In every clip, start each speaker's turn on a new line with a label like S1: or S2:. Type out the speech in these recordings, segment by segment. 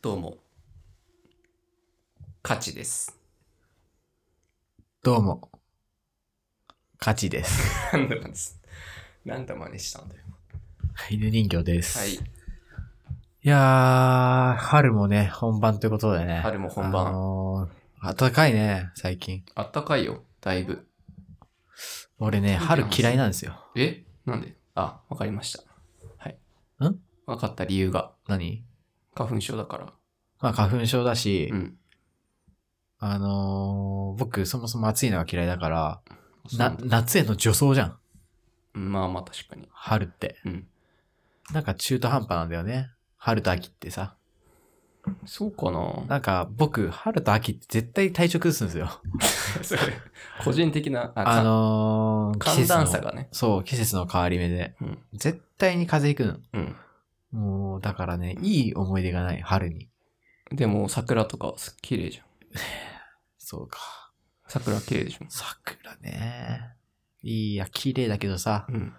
S1: どうも。価値です。
S2: どうも。勝ちです。
S1: なんだかんです。なんだ真似したんだよ。
S2: 犬人形です。
S1: はい。。
S2: いやー、春もね、本番ということでね。
S1: 春も本番
S2: あのー、暖かいね、最近。
S1: あったかいよ、だいぶ。
S2: 俺ね、春嫌いなんですよ。
S1: えなんであ、わかりました。はい。
S2: ん
S1: わかった理由が、
S2: 何
S1: 花粉症だから。
S2: まあ、花粉症だし、
S1: うん。
S2: あのー、僕、そもそも暑いのが嫌いだから、な、
S1: そう
S2: 夏への助走じゃん。
S1: まあまあ確かに。
S2: 春って。
S1: うん。
S2: なんか中途半端なんだよね。春と秋ってさ。
S1: そうかな
S2: なんか僕、春と秋って絶対体調崩すんですよ。
S1: それ個人的な、あ
S2: あ
S1: か
S2: のー、
S1: 寒暖差
S2: が。
S1: がね。
S2: そう、季節の変わり目で。
S1: うん。
S2: 絶対に風邪ひく
S1: うん。
S2: の。もう、だからね、いい思い出がない、春に。
S1: でも桜とかはす綺麗じゃん。
S2: そうか。
S1: 桜綺麗でしょ。
S2: 桜ね。いいや、綺麗だけどさ、
S1: うん。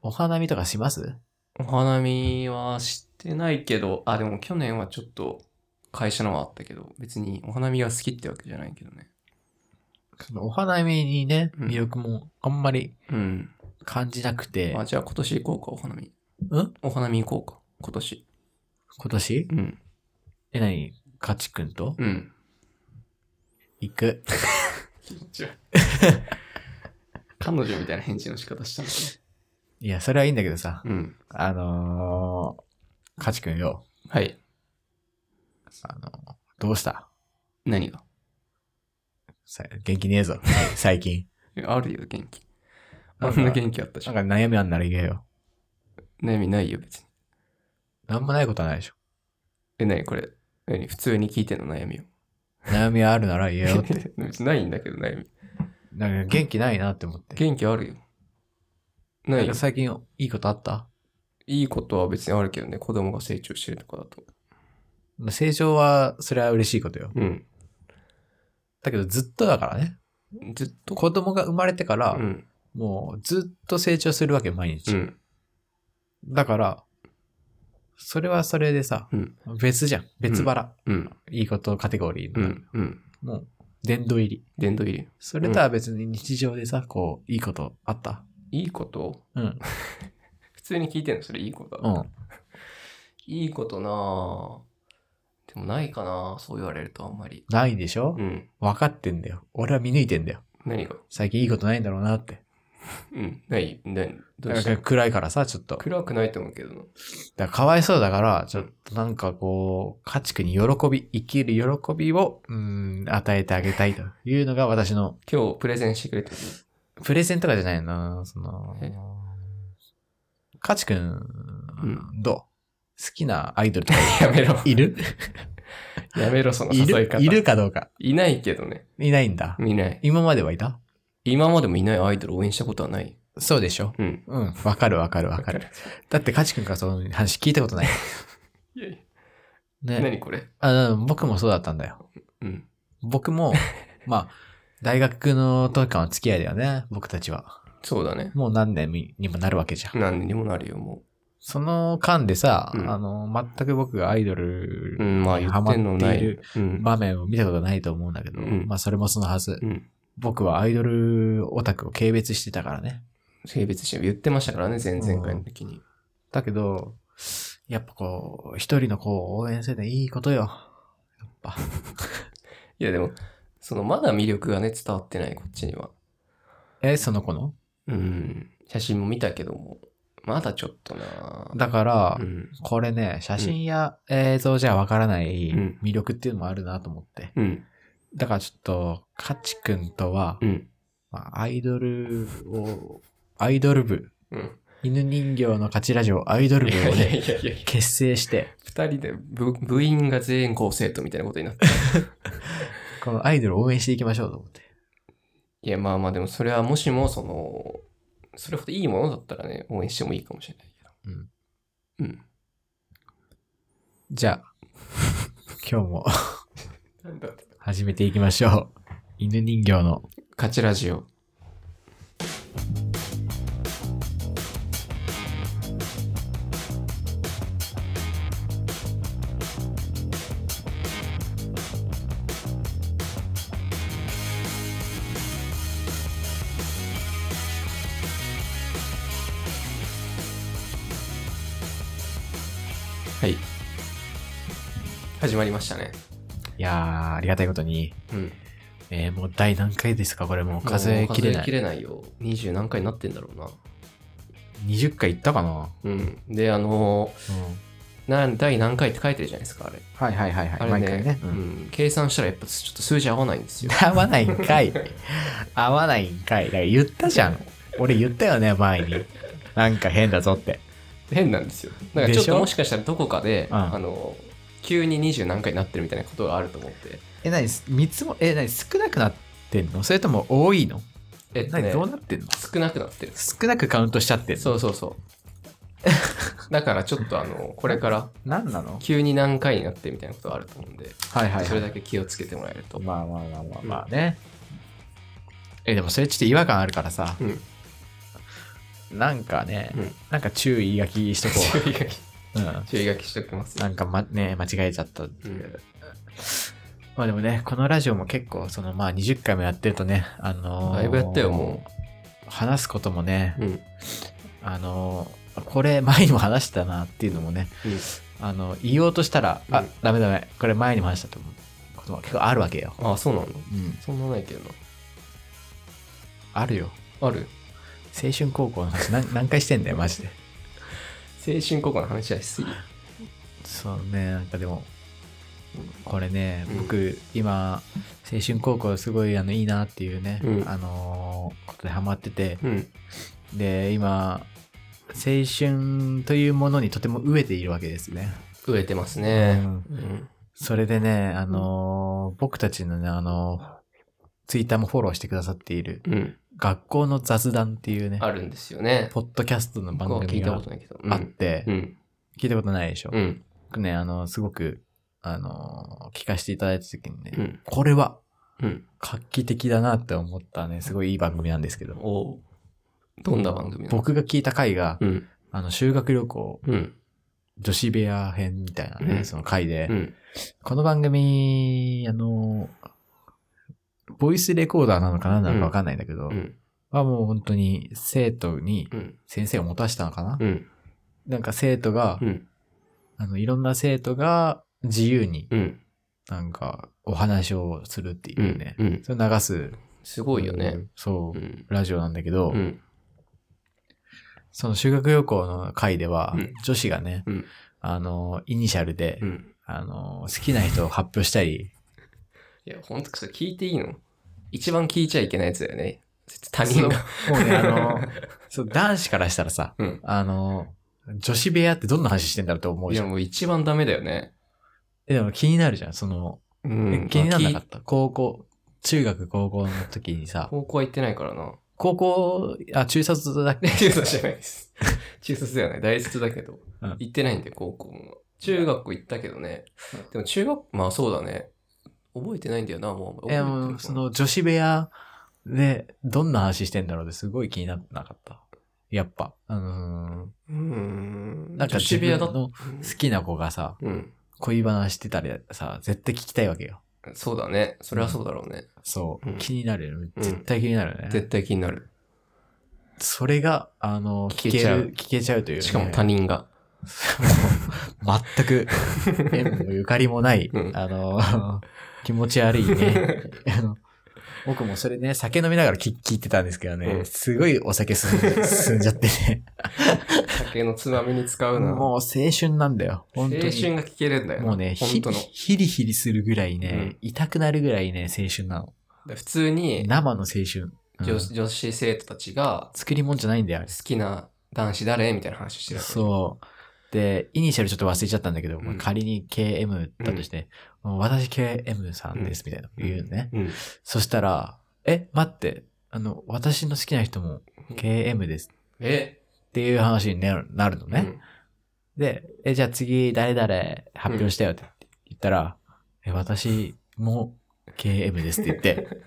S2: お花見とかします
S1: お花見はしてないけど、あ、でも去年はちょっと会社のはあったけど、別にお花見が好きってわけじゃないけどね。
S2: お花見にね、
S1: うん
S2: 魅力もあんまり
S1: うん。
S2: 感じなくて、
S1: あ、じゃあ今年行こうか、お花見。
S2: うん
S1: お花見行こうか、今年。
S2: 今年
S1: うん。
S2: え、なに、かちくんと
S1: うん。
S2: 行く。
S1: 気持ち悪い。彼女みたいな返事の仕方したんだ
S2: いや、それはいいんだけどさ、
S1: ね。うん。
S2: あのー、かちくんよ、
S1: はい。
S2: あのーどうした
S1: 何が
S2: さ元気ねえぞ、最近。
S1: えあるよ、元気。
S2: な
S1: あ
S2: ん
S1: ん
S2: か
S1: な元気あったじ
S2: な
S1: ゃ
S2: ん
S1: ん。
S2: か悩みあんなら言えよ。
S1: 悩みないよ、別に。
S2: なんもないことはないでしょ。
S1: え、何これ。何普通に聞いてんの悩みを。
S2: 悩みあるなら言えよって。
S1: 別にないんだけど、悩み。
S2: なんか元気ないなって思って。
S1: 元気あるよ。な
S2: ないん
S1: よ
S2: か。最近いいことあった
S1: いいことは別にあるけどね、子供が成長してるとかだと。
S2: 成長は、それは嬉しいことよ。
S1: うん。
S2: だけどずっとだからね。
S1: ずっと、
S2: 子供が生まれてから、
S1: うん。
S2: もうずっと成長するわけ、毎
S1: う
S2: 日。
S1: ん。
S2: だから、それはそれでさ、
S1: うん。
S2: 別じゃん。別腹。
S1: うん。
S2: いいことカテゴリー
S1: う
S2: の、
S1: ん。うん。
S2: もう、殿堂入り。
S1: 殿堂入り。
S2: それとは別に日常でさ、こう、いいことあった
S1: いいこと
S2: うん。
S1: 普通に聞いてんのそれいいこと
S2: う
S1: だ、
S2: ん。
S1: いいことなぁ。でもないかなぁ。そう言われるとあんまり。
S2: ないでしょ
S1: うん。
S2: 分かってんだよ。俺は見抜いてんだよ。
S1: 何が
S2: 最近いいことないんだろうなって。
S1: うん。ない。ない。ど
S2: だ
S1: うし
S2: か
S1: た
S2: ら暗いからさ、ちょっと。
S1: 暗くないと思うけどな。
S2: だからかわいそうだから、ちょっとなんかこう、家畜に喜び、生きる喜びを、うーん、与えてあげたいというのが私の、
S1: 今日プレゼンしてくれてる。
S2: プレゼンとかじゃないな、その
S1: え、
S2: 家畜、
S1: ん
S2: どう好きなアイドルとか
S1: やめろ。
S2: いる
S1: やめろ、その
S2: い
S1: 誘い
S2: る
S1: 方。
S2: いるかどうか。
S1: いないけどね。
S2: いないんだ。
S1: いない。
S2: 今まではいた
S1: 今までもいないアイドル応援したことはない。
S2: そうでしょ
S1: うん。
S2: うん、わかるわかるわかる。。だって、家畜からその話聞いたことない。
S1: いやいや。
S2: ね。
S1: 何これ
S2: あうん僕もそうだったんだよ。
S1: うん。
S2: 僕 も、まあ、大学のとかの付き合いだよね、僕たちは。
S1: そうだね。
S2: もう何年にもなるわけじゃん。
S1: 何にもなるよ、も
S2: その間でさ、
S1: うん
S2: あの、全く僕がアイド
S1: う。うん、
S2: ル
S1: まあ言ってんのな
S2: ハマってい
S1: い
S2: る。
S1: うん。
S2: 場面を見たことないと思うんだけど、
S1: うん
S2: まあそれもそのはず。
S1: うん。
S2: 僕はアイドルオタクを軽蔑してたからね。
S1: 性別して言ってましたからね、前々回の時に。
S2: だけど、やっぱこう、一人の子を応援せていいことよ。
S1: いや、でも、そのまだ魅力がね、伝わってない、こっちには。
S2: え、その子の
S1: うん。写真も見たけども、まだちょっとな
S2: だから、
S1: うん。
S2: これね、写真や映像じゃわからない
S1: うん
S2: 魅力っていうのもあるなと思って。
S1: うん。
S2: だからちょっと、カチ君とは、
S1: うん。
S2: まあ、アイドルを、アイドル部、
S1: うん。
S2: 犬人形の勝ちラジオアイドル
S1: い
S2: 部を
S1: やいや
S2: ね、
S1: いやいや、
S2: 結成して、
S1: 二人で部部員が全員高生徒みたいなことになって。
S2: このアイドルを応援していきましょうと思って。
S1: いや、まあまあ、でもそれはもしも、その、それほどいいものだったらね、応援してもいいかもしれないけど。
S2: うん。
S1: うん。
S2: じゃあ、今日も
S1: なんだって。
S2: 始めていきましょう。犬人形の、
S1: カチラジオ。はい。始まりましたね。
S2: いやー、ありがたいことに。
S1: うん。
S2: えー、もう第何回ですかこれもう数えきれ
S1: もう
S2: な
S1: 数えき
S2: い。
S1: れないよ。20何回になってんだろうな。
S2: 20回いったかな、
S1: うん。で、あの
S2: うん、
S1: ーな、第何回って書いてるじゃないですか、あれ。
S2: はいはいはいはい。
S1: あれ
S2: 毎回ね。
S1: う
S2: うんん、
S1: 計算したらやっぱちょっと数字合わないんですよ。
S2: 合わないんかい。合わないんかい。だから言ったじゃん。俺言ったよね、前に。なんか変だぞって。
S1: 変なんですよ。だからちょっ
S2: でし
S1: と
S2: ょ
S1: もしかしたらどこかで、
S2: うん
S1: あのー急に20何回になってるみたいなことがあると思って。
S2: え、何三つも、え、何少なくなってんのそれとも多いの
S1: えっと
S2: 何
S1: ね、
S2: どうなってんの
S1: 少なくなってる。
S2: 少なくカウントしちゃってんの
S1: そうそうそう。 だからちょっとあの、これから
S2: 何なの
S1: 急に何回になってみたいなことがあると思うんで、
S2: はいはい、
S1: それ
S2: は
S1: だけ気をつけてもらえると
S2: い。。まあまあまあまあまあね。え、でもそれちょっと違和感あるからさ、
S1: うん。
S2: なんかね、
S1: うん
S2: なんか注意書きしとこ
S1: 注意書き、
S2: う。うん。
S1: 注意書きしておきます。
S2: なんかま、ね、間違えちゃったっていう。
S1: うん
S2: まあでもね、このラジオも結構、そのまあ20回もやってるとね、あのー
S1: だいぶやったよ、も
S2: 話すこともね
S1: う。、うん。
S2: あのーこれ前にも話したなっていうのもね、あの、言おうとしたら、
S1: う
S2: あ
S1: ん、
S2: ダメダメ、これ前にも話したと思うことも結構あるわけよ。
S1: ああ、そうなの
S2: うん。
S1: そんなないけど
S2: あるよ。
S1: な。ある
S2: 青春高校の話 何何回してんだよマジで
S1: 青春高校の話はしすぎ。
S2: そうねなんかでもこれね
S1: うん
S2: 僕、今青春高校すごいあのいいなっていうね、
S1: うん
S2: あのーことでハマってて
S1: うん。
S2: で今青春というものにとても飢えているわけですね
S1: 植えてますね。
S2: う
S1: うん。
S2: それでねあのー僕たちのねあのツイッター Twitter もフォローしてくださっている
S1: うん。
S2: 学校の雑談っていうね
S1: あるんですよね。
S2: ポッドキャストの番
S1: 僕は聞
S2: 組
S1: いた
S2: が
S1: ことないけど。うん
S2: あって、
S1: うん。
S2: 聞いたことないでしょ、
S1: うん。
S2: 僕ね、あの、すごく、あの、聞かせていただいた時にね、
S1: うん
S2: これは
S1: うん。
S2: 画期的だなって思ったね、すごいいい番組なんですけど、
S1: おうどんな番組なの
S2: 僕が聞いた回が、
S1: うん。
S2: あの、修学旅行、
S1: うん。
S2: 女子部屋編みたいなね、
S1: うん
S2: その回で、
S1: うん。
S2: この番組、あの、ボイスレコーダーなのか何なのかわかんないんだけど、
S1: うん。
S2: はもう本当に生徒に
S1: うん。
S2: 先生を持たせたのかな、
S1: うん。
S2: なんか生徒が、
S1: うん。
S2: あの、いろんな生徒が自由に
S1: うん。
S2: なんかお話をするっていううね、
S1: ん。うん。
S2: それ流す。
S1: すごいよ
S2: う
S1: ね。
S2: ん。そうう、
S1: ん。
S2: ラジオなんだけど、
S1: うん。
S2: その修学旅行の回では、
S1: うん
S2: 女子がね、
S1: うん。
S2: あの、イニシャルで、
S1: うん。
S2: あの、好きな人を発表したり、
S1: いや、ほんと、それ聞いていいの一番聞いちゃいけないやつだよね。他人が。
S2: そのもうね、あの、そう男子からしたらさ、
S1: うん。
S2: あの、女子部屋ってどんな話してんだろうと思う
S1: い
S2: じ
S1: や、
S2: ゃん。
S1: もう一番ダメだよね。
S2: えでも気になるじゃん、その、
S1: う
S2: え気にならなかった。高校、中学高校の時にさ、
S1: 高校は行ってないからな。
S2: 高校、あ、中卒だっけ
S1: 中卒じゃないです。 中卒ではない。大卒だけど
S2: うん。
S1: 行ってないんで、高校も。中学校行ったけどね
S2: うん。
S1: でも中学、まあそうだね。覚えてないんだよな、もう。
S2: え、
S1: 覚
S2: も
S1: えてる
S2: う、
S1: か
S2: そ、の女子部屋で、どんな話してんだろうってすごい気になってなかった。やっぱ、あの
S1: うーん。
S2: なんか
S1: 女子部屋だ
S2: 自分のー好きな子がさ、
S1: うん。
S2: 恋話してたりさ、絶対聞きたいわけよ。
S1: そうだね。それはそうだろうね。
S2: そう、
S1: うん
S2: 気になるよね。
S1: うん
S2: 絶対気になるよね。
S1: 絶対気になる。
S2: それが、あの、
S1: 聞け
S2: 聞け
S1: ちゃう
S2: る、聞けちゃうという、ね。
S1: しかも 他人が。
S2: もう全く、縁もゆかりもない、
S1: うん
S2: あの、 気持ち悪いね。 あの僕もそれね、酒飲みながら聞聞いてたんですけどね、
S1: うん
S2: すごいお酒進んで進んじゃってね。
S1: 酒のつまみに使 うな。
S2: もう青春なんだよ。
S1: 青
S2: 本当
S1: 春
S2: に。
S1: が聞けるんだよな。
S2: もうね、
S1: 本
S2: ひ
S1: 当の。
S2: ひりひりするぐらいね、痛くなるぐらいね、青春なの。
S1: 普通に
S2: 生の青春。うん
S1: 女子女子生徒たちが
S2: 作り物じゃないんだよ、あれ
S1: 好きな男子誰みたいな話してるわけ
S2: そう。で、イニシャルちょっと忘れちゃったんだけど、
S1: ん
S2: まあ仮に KM だとして、もう私 KM さんですみたいな、
S1: うん
S2: 言うのね。
S1: うん。
S2: そしたら、え、待って、あの、私の好きな人も KM です
S1: え
S2: っていう話になるなるのね。
S1: うん
S2: で、え、じゃあ次、誰々発表したよって言ったら、え、私も KM ですって 言って、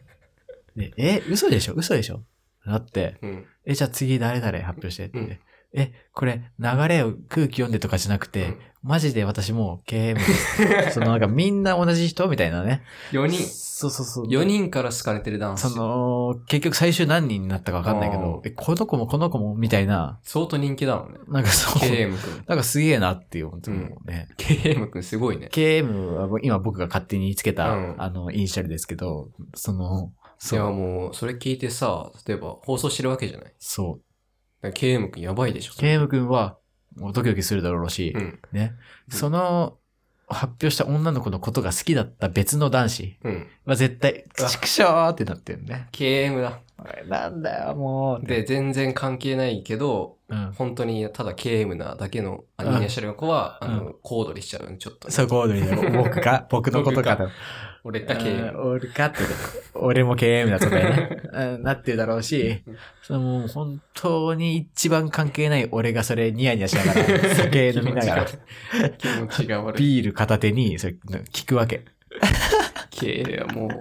S2: でえ、嘘でしょ嘘でしょだって、
S1: うん。
S2: え、じゃあ次、誰々発表してって言って、え、これ流れを空気読んでとかじゃなくて、マジで私もう経営部です。その なんかみんな同じ人みたいなね。
S1: 4人、
S2: そうそうそう。
S1: 4人から好かれてる男
S2: そ
S1: 子。
S2: の、結局最終何人になったかわかんないけ
S1: あー
S2: ど、え、この子もこの子もみたいな、
S1: 相当人気だもんね。
S2: なんかそう、
S1: KM くん。
S2: なんかすげえなって思ってもうね。
S1: KM くんすごいね。
S2: KM は今僕が勝手につけた、
S1: うん
S2: あの、イニシャルですけど、その、
S1: い
S2: そ
S1: や
S2: う、
S1: もう、それ聞いてさ、例えば放送してるわけじゃない。
S2: そう。
S1: だから KM くんやばいでしょ。それ
S2: KM 君は、もうドキドキするだろうし、
S1: うん。
S2: ね。
S1: うん
S2: その、発表した女の子のことが好きだった別の男子
S1: うん。
S2: は絶対、
S1: うわ
S2: ちくしょーってなってるね。
S1: KM だ。
S2: おいなんだよ、もう。
S1: で、全然関係ないけど、
S2: うん。
S1: 本当にただ KM なだけのアニメーシャルの子は、あ
S2: うん
S1: の、コードにしちゃうのちょっとね。
S2: そう、コードリーの僕 が、僕のことかと。
S1: 俺だけ。
S2: うん俺かって、俺も KM だとかね、 うんなってるだろうし
S1: うん、
S2: そのもう本当に一番関係ない俺がそれニヤニヤしながら、酒飲みながら、
S1: 気持ちが悪い。
S2: ビール片手にそれ聞くわけ。
S1: KM はもう、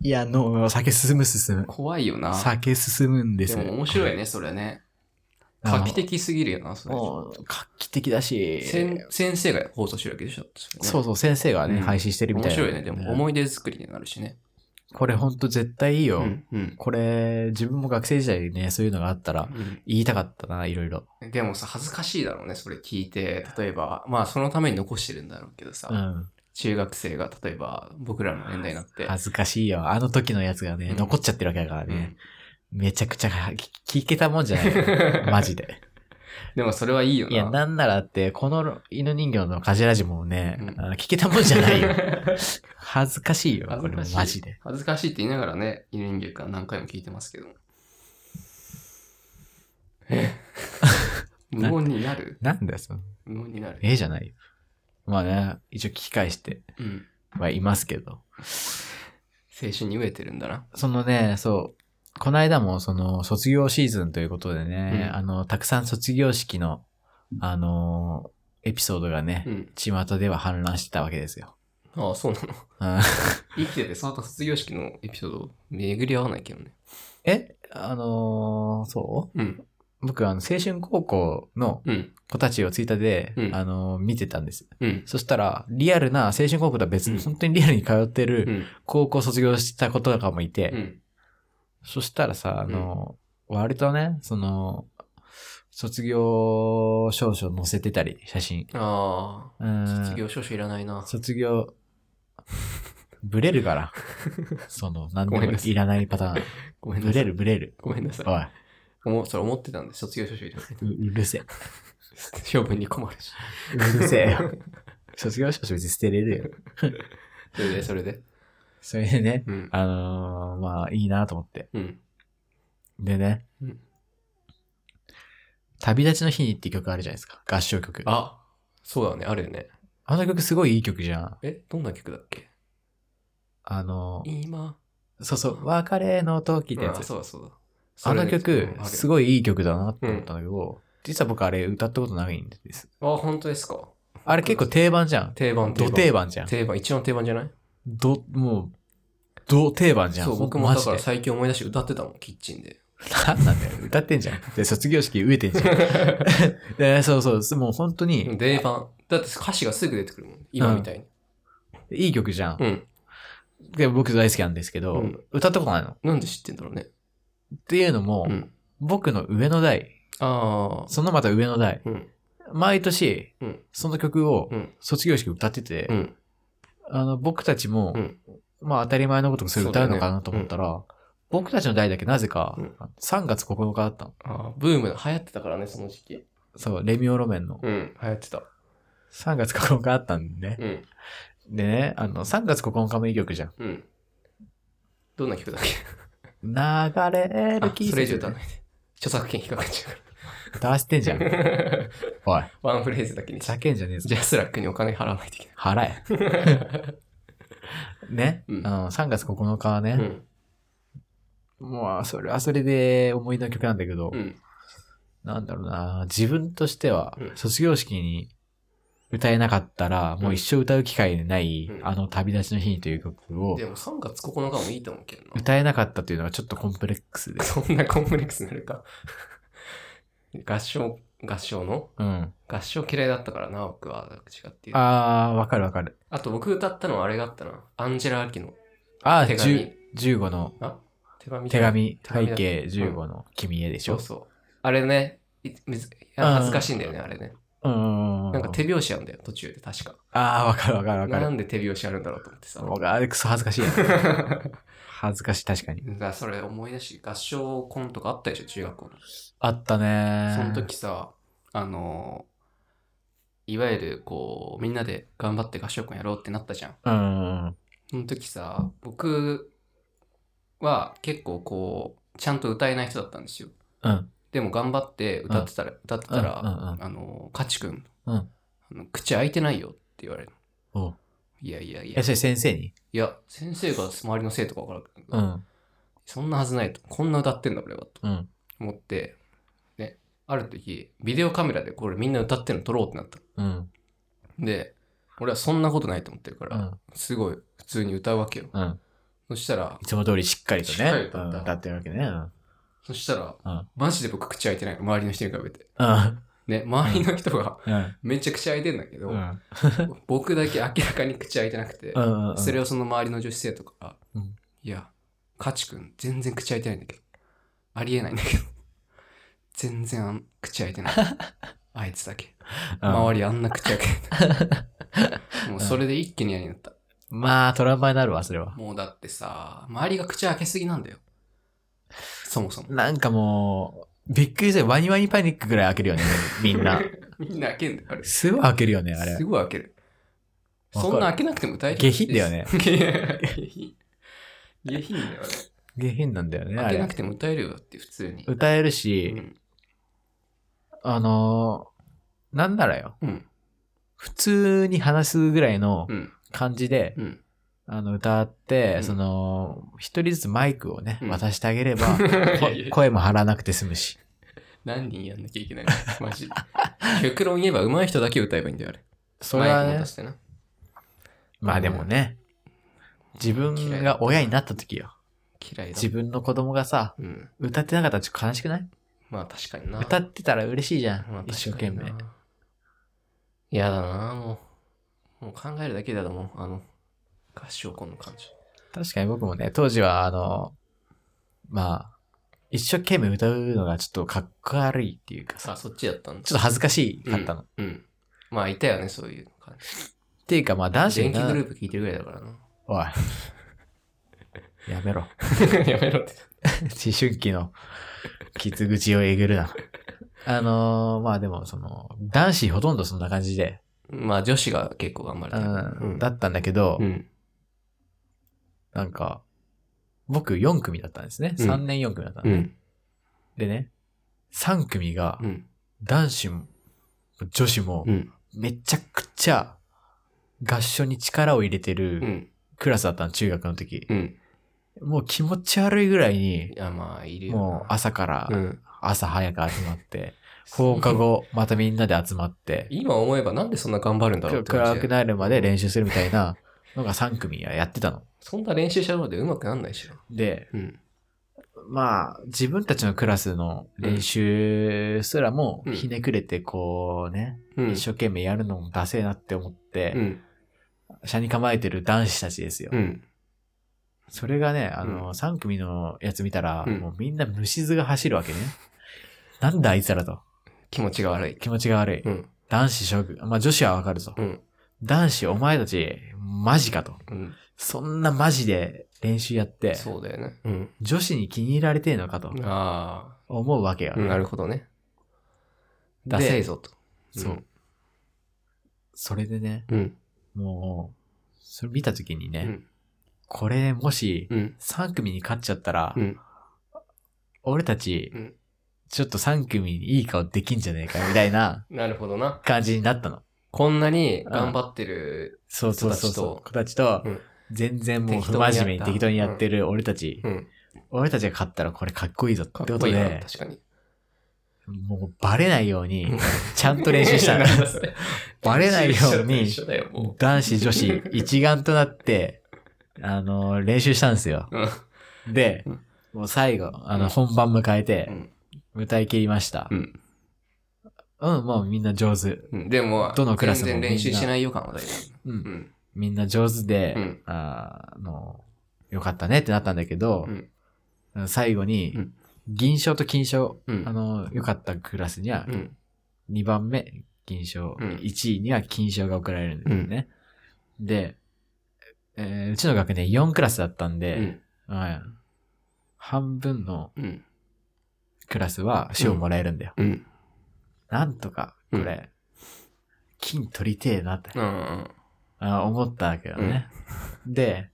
S2: いや、の、酒進む進む。
S1: 怖いよな。
S2: 酒進むんで
S1: ですも面白いね、それね。
S2: あの
S1: 画期的すぎるよな、それ。
S2: もう、画期的だし、
S1: 先先生が放送してるわけでしょ。
S2: そう
S1: そ
S2: そう、先生が
S1: うん
S2: ね、配信してるみた
S1: 面
S2: いな。
S1: 白いね、でも思い出作りになるしね。
S2: これ本当絶対いいうよ。
S1: ん。うん
S2: これ、自分も学生時代にね、そういうのがあったら、言いたかったな、いろいろ。
S1: うんでもさ、恥ずかしいだろうね、それ聞いて。例えば、まあそのために残してるんだろうけどさ、
S2: うん。
S1: 中学生が例えば僕らの年代になって、
S2: 恥ずかしいよ。あの時のやつがね、
S1: うん
S2: 残っちゃってるわけだから
S1: う
S2: ね
S1: ん。
S2: めちゃくちゃ聞聞けたもんじゃない よマジで。
S1: でもそれはいいよな。
S2: いや、なんならって、この犬人形のカジラジもね、
S1: うん
S2: あの聞けたもんじゃな いよ。恥ずかしいよ、
S1: 恥ず
S2: これ
S1: か
S2: も
S1: しい
S2: マジで。
S1: 恥ずかしいって言いながらね、犬人形から何回も聞いてますけど。 え無音になる
S2: なんだよ、その、
S1: 無音になる。
S2: ええじゃないよ。まあね、一応聞き返して
S1: うん。
S2: はいますけど。
S1: 青春に飢えてるんだな。
S2: そのね、そう、この間もその、卒業シーズンということでね、
S1: うん
S2: あの、たくさん卒業式の、あのエピソードがね、
S1: うん。
S2: 巷では氾濫してたわけですよ。
S1: ああ、そうなの。
S2: うん
S1: 生きてて、その後卒業式のエピソード、巡り合わないけどね。
S2: えあのーそ
S1: うん。
S2: う僕、あの、青春高校の
S1: うん。
S2: 子たちをツイッターで、
S1: うん
S2: あのー見てたんです。
S1: うん。
S2: そしたら、リアルな、青春高校とは別に、
S1: うん
S2: 本当にリアルに通って
S1: う
S2: る
S1: ん。
S2: 高校卒業した子とかもいて、
S1: うん。
S2: そしたらさ、あのー割とね、その、卒業証書載せてたり、写真。
S1: あ
S2: う
S1: あ、
S2: ん
S1: 卒業証書いらないな。
S2: 卒業、ブレ るから。その、なんで
S1: ごめん
S2: も
S1: なさい
S2: いらないパターン。
S1: ごめん
S2: ブ
S1: なさい。
S2: レる、ブレる。
S1: ごめんなさい。
S2: おい。
S1: もう、それ思ってたんで、卒業証書いらない。
S2: ううるせえ。
S1: 処分に困るし。
S2: うるせえ よ。卒業証書別に捨てれるよ。
S1: それで、それで。
S2: それでね、
S1: うん。
S2: あのーまあいいなと思って。
S1: うん。
S2: でね、
S1: うん
S2: 旅立ちの日にって曲あるじゃないですか。合唱曲。
S1: あ、
S2: あ
S1: そうだね、あるよね。
S2: の曲すごいいい曲じゃん。
S1: え、どんな曲だっけ
S2: あのー
S1: 今。
S2: そうそう、別れの時って
S1: あ
S2: やつ。
S1: そうだそうだ。
S2: あの曲、す
S1: ごい。
S2: ごいいい曲だなって思ったんだけど、実は僕あれ歌ったことないんです。
S1: あ、本当ですか。
S2: あれ結構定番じゃん。
S1: 定番、
S2: ど定番じゃん。
S1: 定番、一番定番じゃない
S2: ど、もう、ど定番じゃん。
S1: そう、僕も
S2: マ
S1: だ
S2: ジ
S1: から
S2: で。
S1: 最近思い出して歌ってたもん、キッチン で。
S2: なんなんだよ。歌って んじゃん。で、卒業式飢えてんじゃん。でそうそうす、もう本当
S1: でも
S2: に、
S1: 定番。だって歌詞がすぐ出てくるもん、今みたいに。
S2: いい曲じゃん
S1: う。ん。
S2: で僕大好きなんですけど、
S1: うん
S2: 歌ったことないの。っ
S1: なんで知ってんだろうね。
S2: ていうのも、
S1: うん。
S2: 僕の上の代、
S1: ああ。
S2: そのまた上の代、
S1: うん。
S2: 毎年、
S1: うん
S2: その曲を
S1: うん
S2: 卒業式歌ってて、
S1: うん。
S2: あの僕たちも、
S1: うん
S2: まあ当たり前のことをそれ歌うのかなと思ったら、僕たちの代だけなぜか、
S1: うん
S2: 3月9日だったの。
S1: ああ、ブーム、流行ってたからね、その時期。
S2: そう、レミオロメンの
S1: うん。流行ってた。
S2: 3月9日あったんでね。
S1: うん。
S2: でね、あの、3月9日もいい曲じゃん。
S1: うん。どんな曲だっけ
S2: 流れ
S1: あ
S2: る、季
S1: それ以上
S2: 節
S1: 歌わないで。著作権引っかかっちゃう
S2: 歌わせてんじ ゃん。
S1: から
S2: おい、
S1: ワンフレーズだけに
S2: ふ
S1: し
S2: ざけんじゃねえぞ
S1: ジ。ャスラックにお金払わないといけ
S2: 払え。 ね、
S1: うん
S2: あの3月9日は
S1: ない。う
S2: ね、
S1: ん。
S2: もうそれはそれで思い出の曲なんだけど、
S1: うん。
S2: なんだろうな、自分としては
S1: うん
S2: 卒業式に歌えなかったら、もう一生歌う機会ない、
S1: うん
S2: あの旅立ちの日にという曲を
S1: でも3月9日もいいと思うけど な。
S2: 歌えなかったというのはちょっとコンプレックス で。
S1: そんなコンプレックスになるか。合唱合唱の
S2: うん。
S1: 合唱嫌いだったからな、僕は。違っていう。あ
S2: あー、わかるわかる。
S1: と僕歌ったのはあれがあったな。アンジェラ・アキの
S2: ああ、
S1: 手紙
S2: 10 15の
S1: あ手紙
S2: 手紙、
S1: 手紙
S2: 背
S1: だ
S2: 景15の君へでし
S1: そ
S2: ょ
S1: う。そう。あれね、いむずいや恥ずかしいんだよね、あれね。
S2: うん。
S1: なんか手拍子あんだよ、途中で確か。
S2: ああ、わかるわかるわか
S1: な
S2: る。
S1: んで手拍子あるんだろうと思ってさ。
S2: 僕あれ、クソ恥ずかしいやん 恥ずかしい、確かに。
S1: だからそれ思い出し、合唱コントがあったでしょ、中学校の。
S2: あったねー
S1: その時さ、あのー、いわゆるこう、みんなで頑張って合唱コンやろうってなったじゃん。
S2: うん。
S1: その時さ、僕は結構こう、ちゃんと歌えない人だったんですよ。
S2: うん。
S1: でも頑張って歌ってたら、歌ってたら、
S2: うんうんうん
S1: あのー、カチ君、
S2: うん
S1: あの口開いてないよって言われる。
S2: おう
S1: いやいやいや
S2: え、そ。れ先生に
S1: いや、先生が周りのせいとかわからんけど、
S2: うん。
S1: そんなはずないと。こんな歌ってんだ俺はと
S2: うん。
S1: 思って、ね、ある時、ビデオカメラでこれみんな歌ってるの撮ろうってなった。
S2: うん。
S1: で、俺はそんなことないと思ってるか
S2: う
S1: ら、
S2: ん。
S1: すごい普通に歌うわけよ。
S2: うん。
S1: そしたら
S2: い、つも通りしっかりと
S1: し
S2: ね
S1: っかり、と
S2: うん歌ってるわけね。うん
S1: そしたら、
S2: うん
S1: マジで僕口開いてないの、周りの人に比べて。
S2: うん。
S1: ね、周りの人が
S2: うん。
S1: めちゃくちゃ開いてんだけど、
S2: うん。
S1: 僕だけ明らかに口開いてなくて、
S2: うんうん。
S1: それをその周りの女子生とかが、
S2: うん
S1: いや、カチ君全然口開いてないんだけど、ありえないんだけど、全然あん口開いて ない。あいつだけ。
S2: うん
S1: 周りあんな口開けな い。もうそれで一気に嫌になった。
S2: まあ、トラウマになるわ、それは。
S1: もうだってさ、周りが口開けすぎなんだよ。そもそも。
S2: なんかもう、びっくりする。ワニワニパニックぐらい開ける よね、みんな。
S1: みんな開けんだよ、あれ。
S2: すぐ開けるよね、あれ
S1: す。ごい開ける。
S2: わか
S1: そ
S2: る
S1: んな開けなくても大
S2: 下品だよね。
S1: 下品。下品だよ、あれ。
S2: 下品なんだよね、あ
S1: 開けな
S2: れ
S1: く。ても歌えるよって、普通に。
S2: 歌える
S1: う
S2: し、
S1: ん。
S2: あのーなんならよ。
S1: うん。
S2: 普通に話すぐらいの
S1: うん。
S2: 感じで、
S1: うん。
S2: あの、歌って、
S1: うん
S2: その、一人ずつマイクをね、
S1: うん
S2: 渡してあげれば、こ
S1: いやいや
S2: 声も張らなくて済むし。
S1: 何人やんなきゃいけないのマジで。極論言えば上手い人だけ歌えばいいんだよ、あれ。
S2: それは
S1: マイク持
S2: ね
S1: た、せてな
S2: まあでもね、自分が親になった時よ。
S1: 嫌いだ
S2: 自。分の子供がさ、
S1: うん。
S2: 歌ってなかったらちょっと悲しくない
S1: まあ確かにな。
S2: 歌ってたら嬉しいじゃ
S1: まあ
S2: ん。一生懸命。。
S1: 嫌だな、もう。もう考えるだけだと思う。あの、合唱コンの感じ。
S2: 確かに僕もね、当時はあの、まあ、一生懸命歌うのがちょっとかっこ悪いっていうかさ、
S1: あ、そっちだったんだ
S2: ちょっと恥ずかしかったの。っ
S1: うん。まあ、いたよね、そういう感じ。
S2: ていうかまあ男子
S1: 電気
S2: な
S1: グループ聞いてるぐらいだから な。
S2: おい。やめろ。
S1: やめろって。
S2: 思春期の傷口をえぐるな。あのーまあでもその、男子ほとんどそんな感じで、
S1: まあ、女子が結構頑張れた
S2: う
S1: よ。うん
S2: ん、だったんだけど、
S1: うん。
S2: なんか、僕4組だったんですね。
S1: うん
S2: 3年4組だったの
S1: う
S2: ね、
S1: ん。
S2: でね、3組が
S1: うん。
S2: 男子も女子も
S1: うん。
S2: めちゃくちゃ合唱に力を入れて
S1: う
S2: る
S1: ん。
S2: クラスだったの、中学の時
S1: う。ん。
S2: もう気持ち悪いぐらい
S1: い
S2: に、
S1: や、まあ、いるよな。
S2: もう朝から
S1: うん。
S2: 朝早く集まって、放課後、またみんなで集まって、
S1: 今思えばなんでそんな頑張るんだろうって感
S2: 暗
S1: じ
S2: く
S1: で
S2: なるまで練習するみたいなのが3組はやってたの。
S1: そんな練習したのでうまくなんないでしょ。
S2: で、
S1: うん。
S2: まあ、自分たちのクラスの練習すらも
S1: うん
S2: ひねくれて、こうね、
S1: うん。
S2: 一生懸命やるのもダセえなって思っ
S1: う
S2: て、
S1: ん。
S2: 車に構えてる男子たちですよ
S1: う。ん。
S2: それがね、あの、3組のやつ見たら、
S1: うん
S2: もうみんな虫図が走るわけね。なんだあいつらと。
S1: 気持ちが悪い。
S2: 気持ちが悪い。
S1: うん。
S2: 男子諸君、まあ女子はわかるぞ。
S1: うん。
S2: 男子お前たち、マジかと。
S1: うん。
S2: そんなマジで練習やって、
S1: そうだよね。うん。
S2: 女子に気に入られてんのかと
S1: あ
S2: 思うわけよ。
S1: あ、なるほどね。
S2: で
S1: ダセえぞと。
S2: そう。それでね、
S1: うん。
S2: もう、それ見たときに
S1: う
S2: ね、
S1: ん。
S2: これもし、
S1: うん。
S2: 3組に勝っちゃったら、
S1: うん。
S2: 俺たち
S1: う、ん。
S2: ちょっと3組にいい顔できんじゃねえか、みたいな
S1: なるほどな。
S2: 感じになったの。
S1: こんなに頑張ってる。
S2: そうそうそうそう。子たちと
S1: うん、
S2: 全然もう
S1: 適
S2: 不
S1: 当にやった
S2: 真面目に適当にやってる俺たち、
S1: うん。俺
S2: 俺たちが勝ったらこれかっこいいぞって
S1: かっ
S2: こと
S1: こいいな。
S2: で、
S1: 確かに。
S2: もうバレないように
S1: うん、。
S2: ちゃんと練習したの
S1: なんだそれ
S2: バレないように
S1: 一緒だよ、も
S2: 男子女子一丸となって、あの、練習したんですよ。
S1: う。うん。
S2: で
S1: うん、
S2: もう最後、あ
S1: うん
S2: の、本番迎え
S1: う
S2: て、
S1: ん
S2: 歌い切りました
S1: う。ん。
S2: うん、まあみんな上手。
S1: うんでも、
S2: どのクラスも
S1: 全然練習しないよ感は大丈
S2: う。
S1: 夫。うんん。
S2: みんな上手で、
S1: うん
S2: あーあの、よかったねってなったんだけど、最後に、
S1: うん
S2: 銀賞と金賞、
S1: うん。
S2: あの、よかったクラスには
S1: う、ん。
S2: 2番目、銀賞、
S1: うん
S2: 1位には金賞が贈られるんですよね。で、えーうちの学年4クラスだったん
S1: う
S2: で、
S1: ん。
S2: はい半分の
S1: うん。
S2: クラスは賞もらえるんだよ。
S1: うん。
S2: なんとか、これ、
S1: う
S2: 金取りてえなって、
S1: うん。
S2: あ思ったわけどね。で、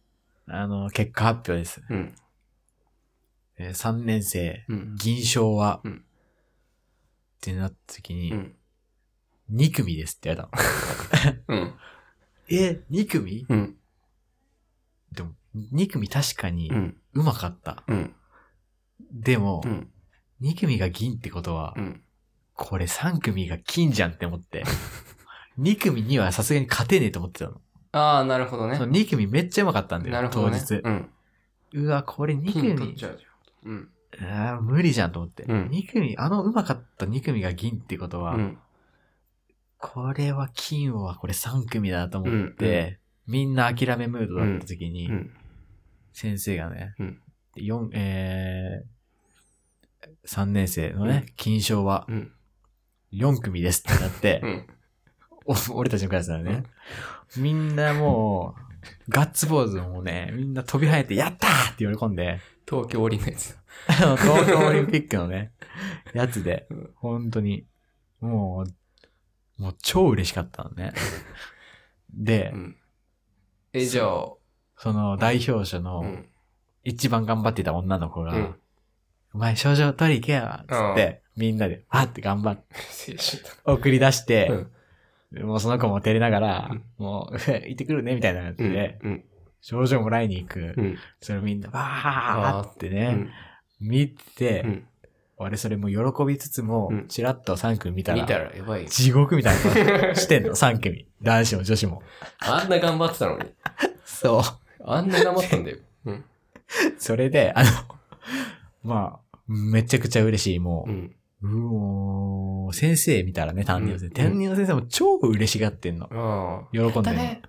S2: あの、結果発表です。
S1: うん。
S2: えー3年生、
S1: うん。
S2: 銀賞は、
S1: うん
S2: ってなった時
S1: う
S2: に、
S1: ん。
S2: 2組ですって言われたの。
S1: うん。
S2: え、2組
S1: うん。
S2: でも、2組確かに
S1: う、ん。
S2: うまかった。
S1: うん。
S2: でも
S1: う、ん。
S2: 2組が銀ってことは
S1: う、ん。
S2: これ3組が金じゃんって思 って。2組にはさすがに勝てねえと思ってたの。
S1: ああ、なるほどね
S2: そ。の2組めっちゃうまかったんだ
S1: な
S2: よ
S1: る、ほ
S2: 当
S1: どね。
S2: 日
S1: う。ん。
S2: うわ、これ2
S1: 金取っ
S2: 組
S1: ち、ゃうじゃん。うん。
S2: あー無理じゃんと思って。
S1: うん
S2: 2組、あのうまかった2組が銀ってことは
S1: う、ん。
S2: これは金はこれ3組だと思って、みんな諦めムードだった時に、
S1: うん。
S2: 先生がね、
S1: うん
S2: 四えー、3年生のね、金賞は
S1: うん。
S2: 4組ですってなって、
S1: うん。
S2: お 俺たちのクラスだよね。みんなもう、ガッツポーズもね、みんな飛び跳ねて、やったーって喜んで、
S1: 東京オリンピック。
S2: あの 東京オリンピックのね、やつで
S1: うん、
S2: 本当に、もう、もう超嬉しかったの ね。で、
S1: うん。え、じゃあ、
S2: その代表者
S1: う
S2: の
S1: ん。
S2: 一番頑張ってた女の子が、
S1: うん
S2: お前症状取り行けよっつって、みんなで、わーって頑張って、
S1: 青春だ。
S2: 送り出して、
S1: うん。
S2: もうその子も照れながら、
S1: うん
S2: もう、 行ってくるね、みたいな感じで、
S1: うん。
S2: 症状もらいに行く。
S1: うん。
S2: それみんな、わーって
S1: う
S2: ね、
S1: ん。
S2: 見て、
S1: うん。
S2: 俺それも喜びつつも
S1: うん、
S2: チラッと3組見たら、
S1: 見たらやばいよ。
S2: 地獄みたいなことしてんの、3組。 男子も女子も。
S1: あんな頑張ってたのに。
S2: そう。
S1: あんな頑張ったんだよ。うん。
S2: それで、あの、まあ、めちゃくちゃ嬉しい、も
S1: うん。
S2: う。うおー先生見たらね、担任の先生。
S1: うん
S2: 担任の先生も超嬉しがってんの。
S1: ああ。
S2: 喜んで
S1: だ
S2: るの、
S1: ね。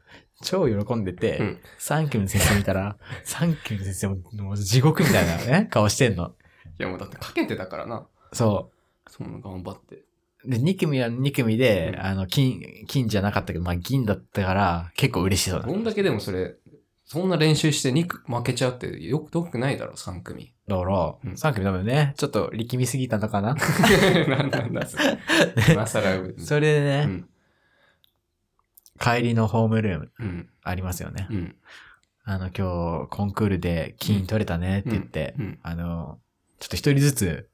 S2: 超喜んでて、
S1: うん
S2: 3組の先生見たら、3組の先生ももう地獄みたい なね、顔してんの。
S1: いやもうだってかけてたからな。
S2: そう。
S1: そんな頑張って。
S2: で、2組は2組で、
S1: うん
S2: あの、金、金じゃなかったけど、まあ、銀だったから、結構嬉しそうだ
S1: どんだけでもそれ、そんな練習して肉負けちゃうってよく、よくないだろ、3組。
S2: だから、
S1: うん
S2: 3組多分ね、ちょっと力みすぎたのかな。
S1: なんなんだ、そ れ。今更。
S2: それでね、
S1: うん。
S2: 帰りのホームルーム
S1: うん。
S2: ありますよね。
S1: うん。
S2: あの、今日、コンクールで金取れたねって言って、
S1: うん。
S2: あの、ちょっと一人ずつ、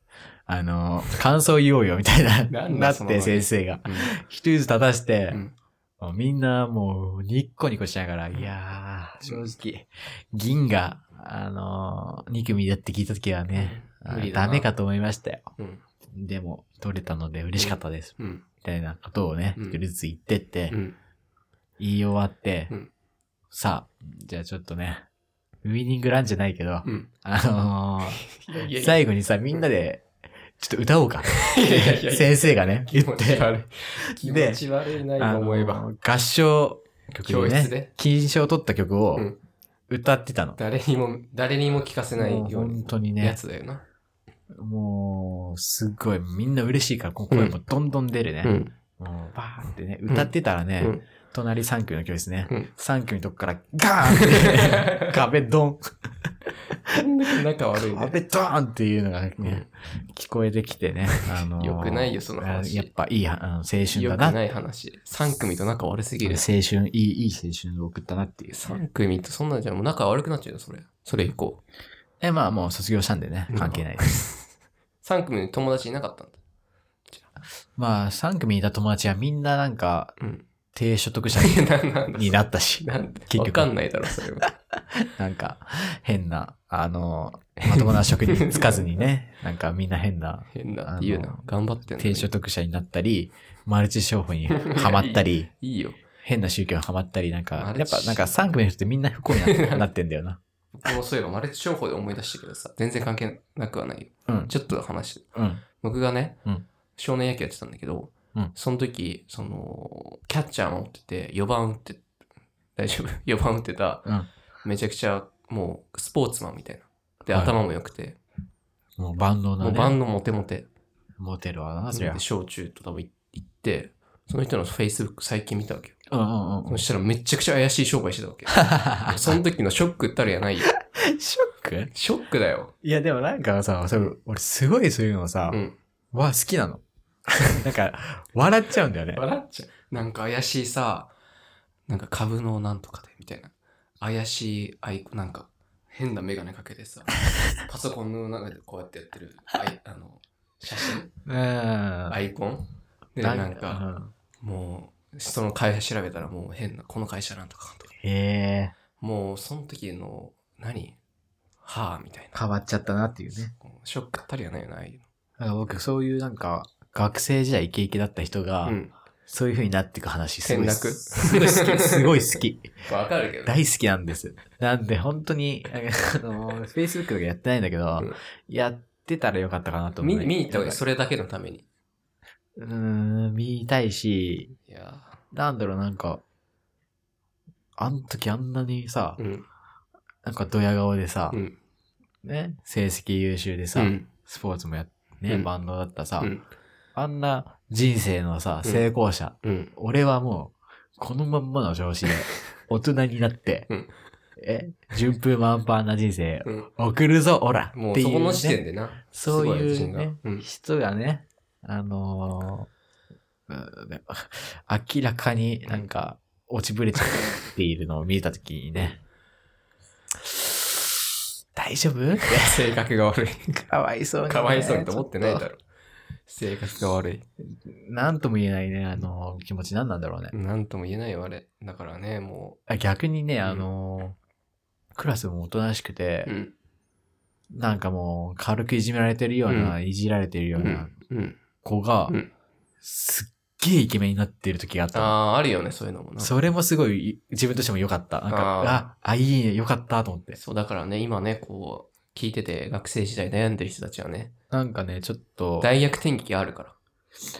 S2: あの、感想言おうよみたいな、
S1: なんだ
S2: なっ
S1: その
S2: て先生が。一人ずつ立たして
S1: う、ん。
S2: もうみんなもうニッコニコしながら、いやー、正直、銀が、あのー、2組だって聞いた時はね、あ
S1: 無理
S2: ー
S1: だな
S2: ダメかと思いましたよ。
S1: うん。
S2: でも、取れたので嬉しかったです。
S1: うん。
S2: みたいなことをね、
S1: うん
S2: 一人ずつ言ってって、
S1: うん。
S2: 言い終わって、
S1: うん
S2: さあ、じゃあちょっとね、ウィニングランじゃないけど、
S1: うん。
S2: あ
S1: いやい
S2: のー、
S1: やい
S2: 最後にさ、みんなで、ちょっと歌おうか。
S1: やいやいや
S2: 先生がね、
S1: や、
S2: 言
S1: 気持
S2: っ
S1: ち
S2: て、
S1: 悪い。気持ち悪いな、
S2: あ
S1: 今
S2: の
S1: 思えば。
S2: 合唱曲
S1: 教
S2: でね
S1: 室、で。
S2: 金賞を取った曲を
S1: うん
S2: 歌ってたの。
S1: 誰にも、誰にも聞かせない
S2: もう
S1: よう
S2: 本
S1: に
S2: 当に
S1: や
S2: ね、
S1: つだよな。
S2: もう、すっごい、みんな嬉しいから、こう声もどんどん出るね。
S1: ん。
S2: もうバーってね、歌ってたらね、
S1: うん
S2: 隣3組の教室ね、
S1: うん
S2: 3組のとこからガーンって、 壁ドン、
S1: 仲悪いね。
S2: 壁ドーンっていうのがね、
S1: うん
S2: 聞こえて きてね、あのー
S1: よくないよその話
S2: やっぱいいはあの青春
S1: よ
S2: だ
S1: く
S2: な。
S1: ない話。3組と仲悪すぎ
S2: 青
S1: る。
S2: 春、いい、いい青春を送ったなっていう。
S1: 3組とそんなんじゃもう仲悪くなっちゃうよ、それ。それ以降。
S2: え、まあもう卒業したんでね、関係ないです。
S1: 3組に友達いなかったんだ。
S2: まあ3組いた友達はみんななんか、
S1: うん。
S2: 低所得者
S1: い やなんなんだ
S2: になったし、
S1: なんで
S2: 結局
S1: わかんないだろ、それ は。
S2: なんか、変な、あの、まともな職に就かず にね、なんかみんな変な、
S1: 変だって言う
S2: あ
S1: な
S2: の。
S1: 頑張ってんのに
S2: 低所得者になったり、マルチ 商法にハマったり、
S1: いいよ。
S2: 変な宗教にハマったり、なん
S1: マ
S2: か、や
S1: ル
S2: っ
S1: チ
S2: ぱなんか3組の人ってみんな不幸にななってんだよな。
S1: 僕もそういえばマルチ商法で思い出したけどさ、全然関係なくはないよ。
S2: うん、
S1: ちょっと話して。
S2: うん、
S1: 僕がね
S2: うん、
S1: 少年野球やってたんだけど、
S2: ううん
S1: その時、その、キャッチャー持ってて、4番打って、大丈夫 ?4 番打ってた、
S2: うん
S1: めちゃくちゃもうスポーツマンみたいな。で、
S2: はい
S1: 頭も良くて、
S2: もう万能
S1: も
S2: な
S1: う万
S2: ね。
S1: 能モテモテ。
S2: モテるわな、そりゃ
S1: で、。小中と多分行って、その人の Facebook 最近見たわけよ。
S2: うんうんう
S1: そ
S2: ん。
S1: したらめちゃくちゃ怪しい商売してたわけ。 その時のショックったらやないよ。
S2: ショック
S1: ショックだよ。
S2: いや、でもなんかさ、そう俺すごいそういうのさ
S1: う、ん。
S2: わ、好きなの。 なんか、笑っちゃうんだよね。
S1: 笑っちゃう。なんか怪しいさ、なんか株のなんとかで、みたいな。怪しいアイコン、なんか変なメガネかけて さ、パソコンの中でこうやってやってる、あいあの、写真
S2: うん。な
S1: ア
S2: ん
S1: イコンで、
S2: か
S1: なんか、もう、その会社調べたらもう変な、この会社なんとかとか。
S2: うんへえ、
S1: もう、その時の、何はあみたいな。
S2: 変わっちゃったなっていうね。
S1: ショックあったりやないよな、ああいう
S2: なんか僕、そういうなんか、学生時代イケイケだった人が、
S1: の。うん。
S2: そういう風になっていく話、すごい
S1: 転落
S2: すごい好き、すごい好き。
S1: わかるけど。
S2: 大好きなんです。なんで、本当に、あの、Facebook とかやってないんだけど、
S1: うん
S2: やってたらよかったかなと思
S1: 見
S2: う、
S1: 見に行ったわけ、そ
S2: れ。
S1: れだけのために。
S2: うーん、見たいし、
S1: いや
S2: なんだろう、なんか、あの時あんなにさ、
S1: ーうん。
S2: なんかドヤ顔でさ、
S1: うん。
S2: ね、成績優秀でさ、
S1: うん
S2: スポーツもやっね、
S1: うん
S2: バンドだったさ、
S1: うん。
S2: あんな人生のさ、
S1: うん
S2: 成功者、
S1: うん。
S2: 俺はもう、このまんまの調 子で、大人になって、
S1: うん
S2: え、順風満帆な人生、
S1: うん
S2: 送るぞ、オラ
S1: も
S2: っ
S1: う
S2: ていう、
S1: そ
S2: ね。
S1: この時点でな。
S2: そ
S1: す
S2: うい
S1: ご
S2: う
S1: 自信が
S2: ね、
S1: うん
S2: 人がね、あのーうんね明らかになんか落ちぶれちゃっているのを見たときにね、大丈夫って
S1: 性格が悪
S2: かわいそうに、
S1: い。
S2: ね。
S1: かわいそうにと思ってないだ
S2: ろ。
S1: ろ。性格が悪い。
S2: なんとも言えないね、あのー気持ちなんなんだろうね。
S1: なんとも言えないよ、あれ。だからね、も
S2: あ逆にね、あのークラスもおとなしくて
S1: う。、ん。
S2: なんかもう軽くいじめられてるような、
S1: う
S2: いじられてる
S1: う。
S2: ようなん
S1: うん。
S2: 子が、
S1: うん
S2: すっげえイケメンになってる時があった
S1: あ
S2: の。
S1: あ、あるよね、そういうのもな。
S2: それもすごいい自分としても良かった。なんか、
S1: あー
S2: ああ、いいね、良かったと思って。
S1: そう、だからね、今ね、こう、聞いてて、学生時代悩んでる人たちはね、
S2: なんかね、ちょっと、
S1: 大逆転劇あるか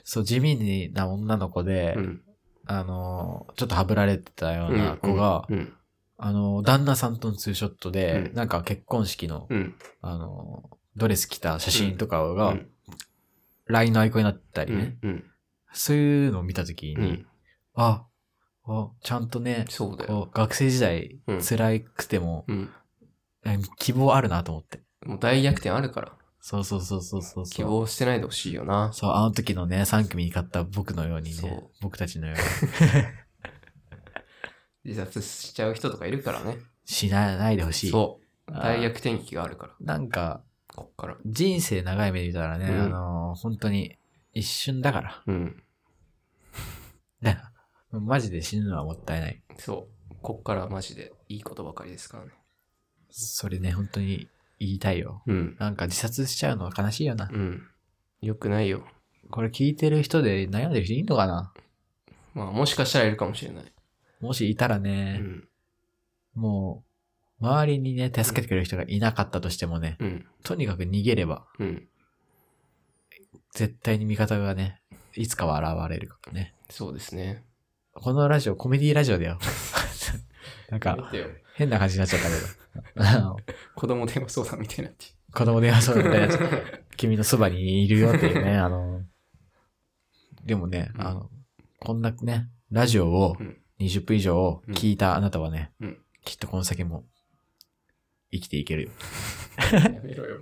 S2: そう、地味な女の子で、
S1: ら。うん。
S2: あのー、ちょっとはぶられてたような子が、
S1: うん。
S2: あのー、旦那さんとのツーショットで、
S1: うん
S2: なんか結婚式の、
S1: うん。
S2: あのー、ドレス着た写真とかが、
S1: うん。
S2: LINE のアイコンになったり
S1: う
S2: ね、
S1: ん。うん
S2: そういうのを見たときに、
S1: うん。
S2: あ、あ、ちゃんとね、
S1: そうだよ。
S2: こう学生時代
S1: うん
S2: 辛くても、
S1: うん。
S2: え希望あるなと思って。
S1: もう大逆転あるから。
S2: そうそうそうそうそうそう。
S1: 希望してないでほしいよな。
S2: そう、あの時のね、3組に勝った僕のように
S1: そ
S2: ね
S1: う、
S2: 僕たちのように。
S1: 自殺しちゃう人とかいるからね。
S2: しなないでほしい。
S1: そう。
S2: あー
S1: 大逆転劇があるから。
S2: なんか、
S1: こっから。
S2: 人生長い目で見たらね、
S1: うん
S2: あのー本当に一瞬だから
S1: うん。。
S2: ねマジで死ぬのはもったいない。
S1: そう。こっからマジでいいことばかりですからね。
S2: それね、本当に言いたいよ。
S1: うん。
S2: なんか自殺しちゃうのは悲しいよな。
S1: うん。よくないよ。
S2: これ聞いてる人で悩んでる人いいのかな
S1: まあもしかしたらいるかもしれない。
S2: もしいたら
S1: う
S2: ね、
S1: ん。
S2: もう、周りにね、助けてくれる人がいなかったとしてもね、
S1: うん。
S2: とにかく逃げれば、
S1: うん。
S2: 絶対に味方がね、いつかは現れるからね。
S1: そうですね。
S2: このラジオ、コメディラジオだよ。 なん
S1: や
S2: か、
S1: めてよ。
S2: 変な感じになっちゃったけど あの。
S1: 子供電話相談みたいになって。
S2: 子供電話そうみたいなやつ。君のそばにいるよっていうね、あの、でもね、
S1: うん
S2: あの、こんなね、ラジオを
S1: うん
S2: 20分以上聞いたあなたはね、
S1: うん
S2: きっとこの先も生きていけるよ。
S1: やめろよ。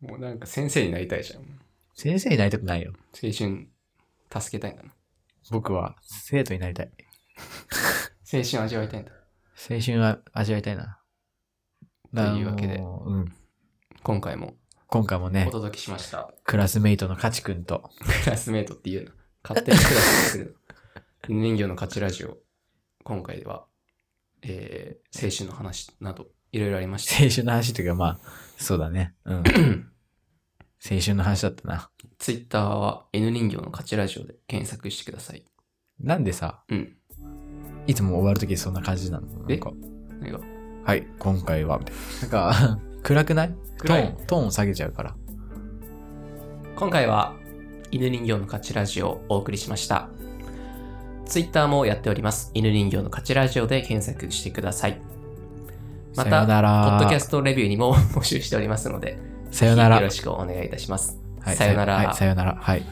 S1: もうなんか先生になりたいじゃん。
S2: 先生になりたくないよ。
S1: 青春、助けたいんだな。
S2: 僕は生徒になりたい。
S1: 青春味わいたいんだ。
S2: 青春は味わいたいな。
S1: というわけで
S2: あのうん。
S1: 今回も
S2: 今回もね
S1: お、届けしました。
S2: クラスメイトのカチ君と、
S1: クラスメイトって言うな。勝手にクラスメイトするな。人形の勝ちラジオ。今回は、えー、青春の話など、いろいろありまして。
S2: 青春の話というか、まあ、そうだね。 うん。青春の話だったな。
S1: ツイッターは N 人形の勝ちラジオで検索してください。
S2: なんでさ、
S1: うん。
S2: いつも終わるときそんな感じなのなん
S1: え
S2: か
S1: 何が
S2: はい、今回は、みたいな。なん か、暗くないト
S1: 暗い
S2: ーン、トーン下げちゃうから。
S1: 今回は、犬人形の勝ちラジオをお送りしました。ツイッターもやっております。犬人形の勝ちラジオで検索してください。ま
S2: さ
S1: た、
S2: よな
S1: ポ
S2: ら。
S1: ッドキャストレビューにも募集しておりますので、
S2: さよなら
S1: よろ。しくお願いいたします。
S2: はい
S1: さよなら
S2: はい、さよなら。はい。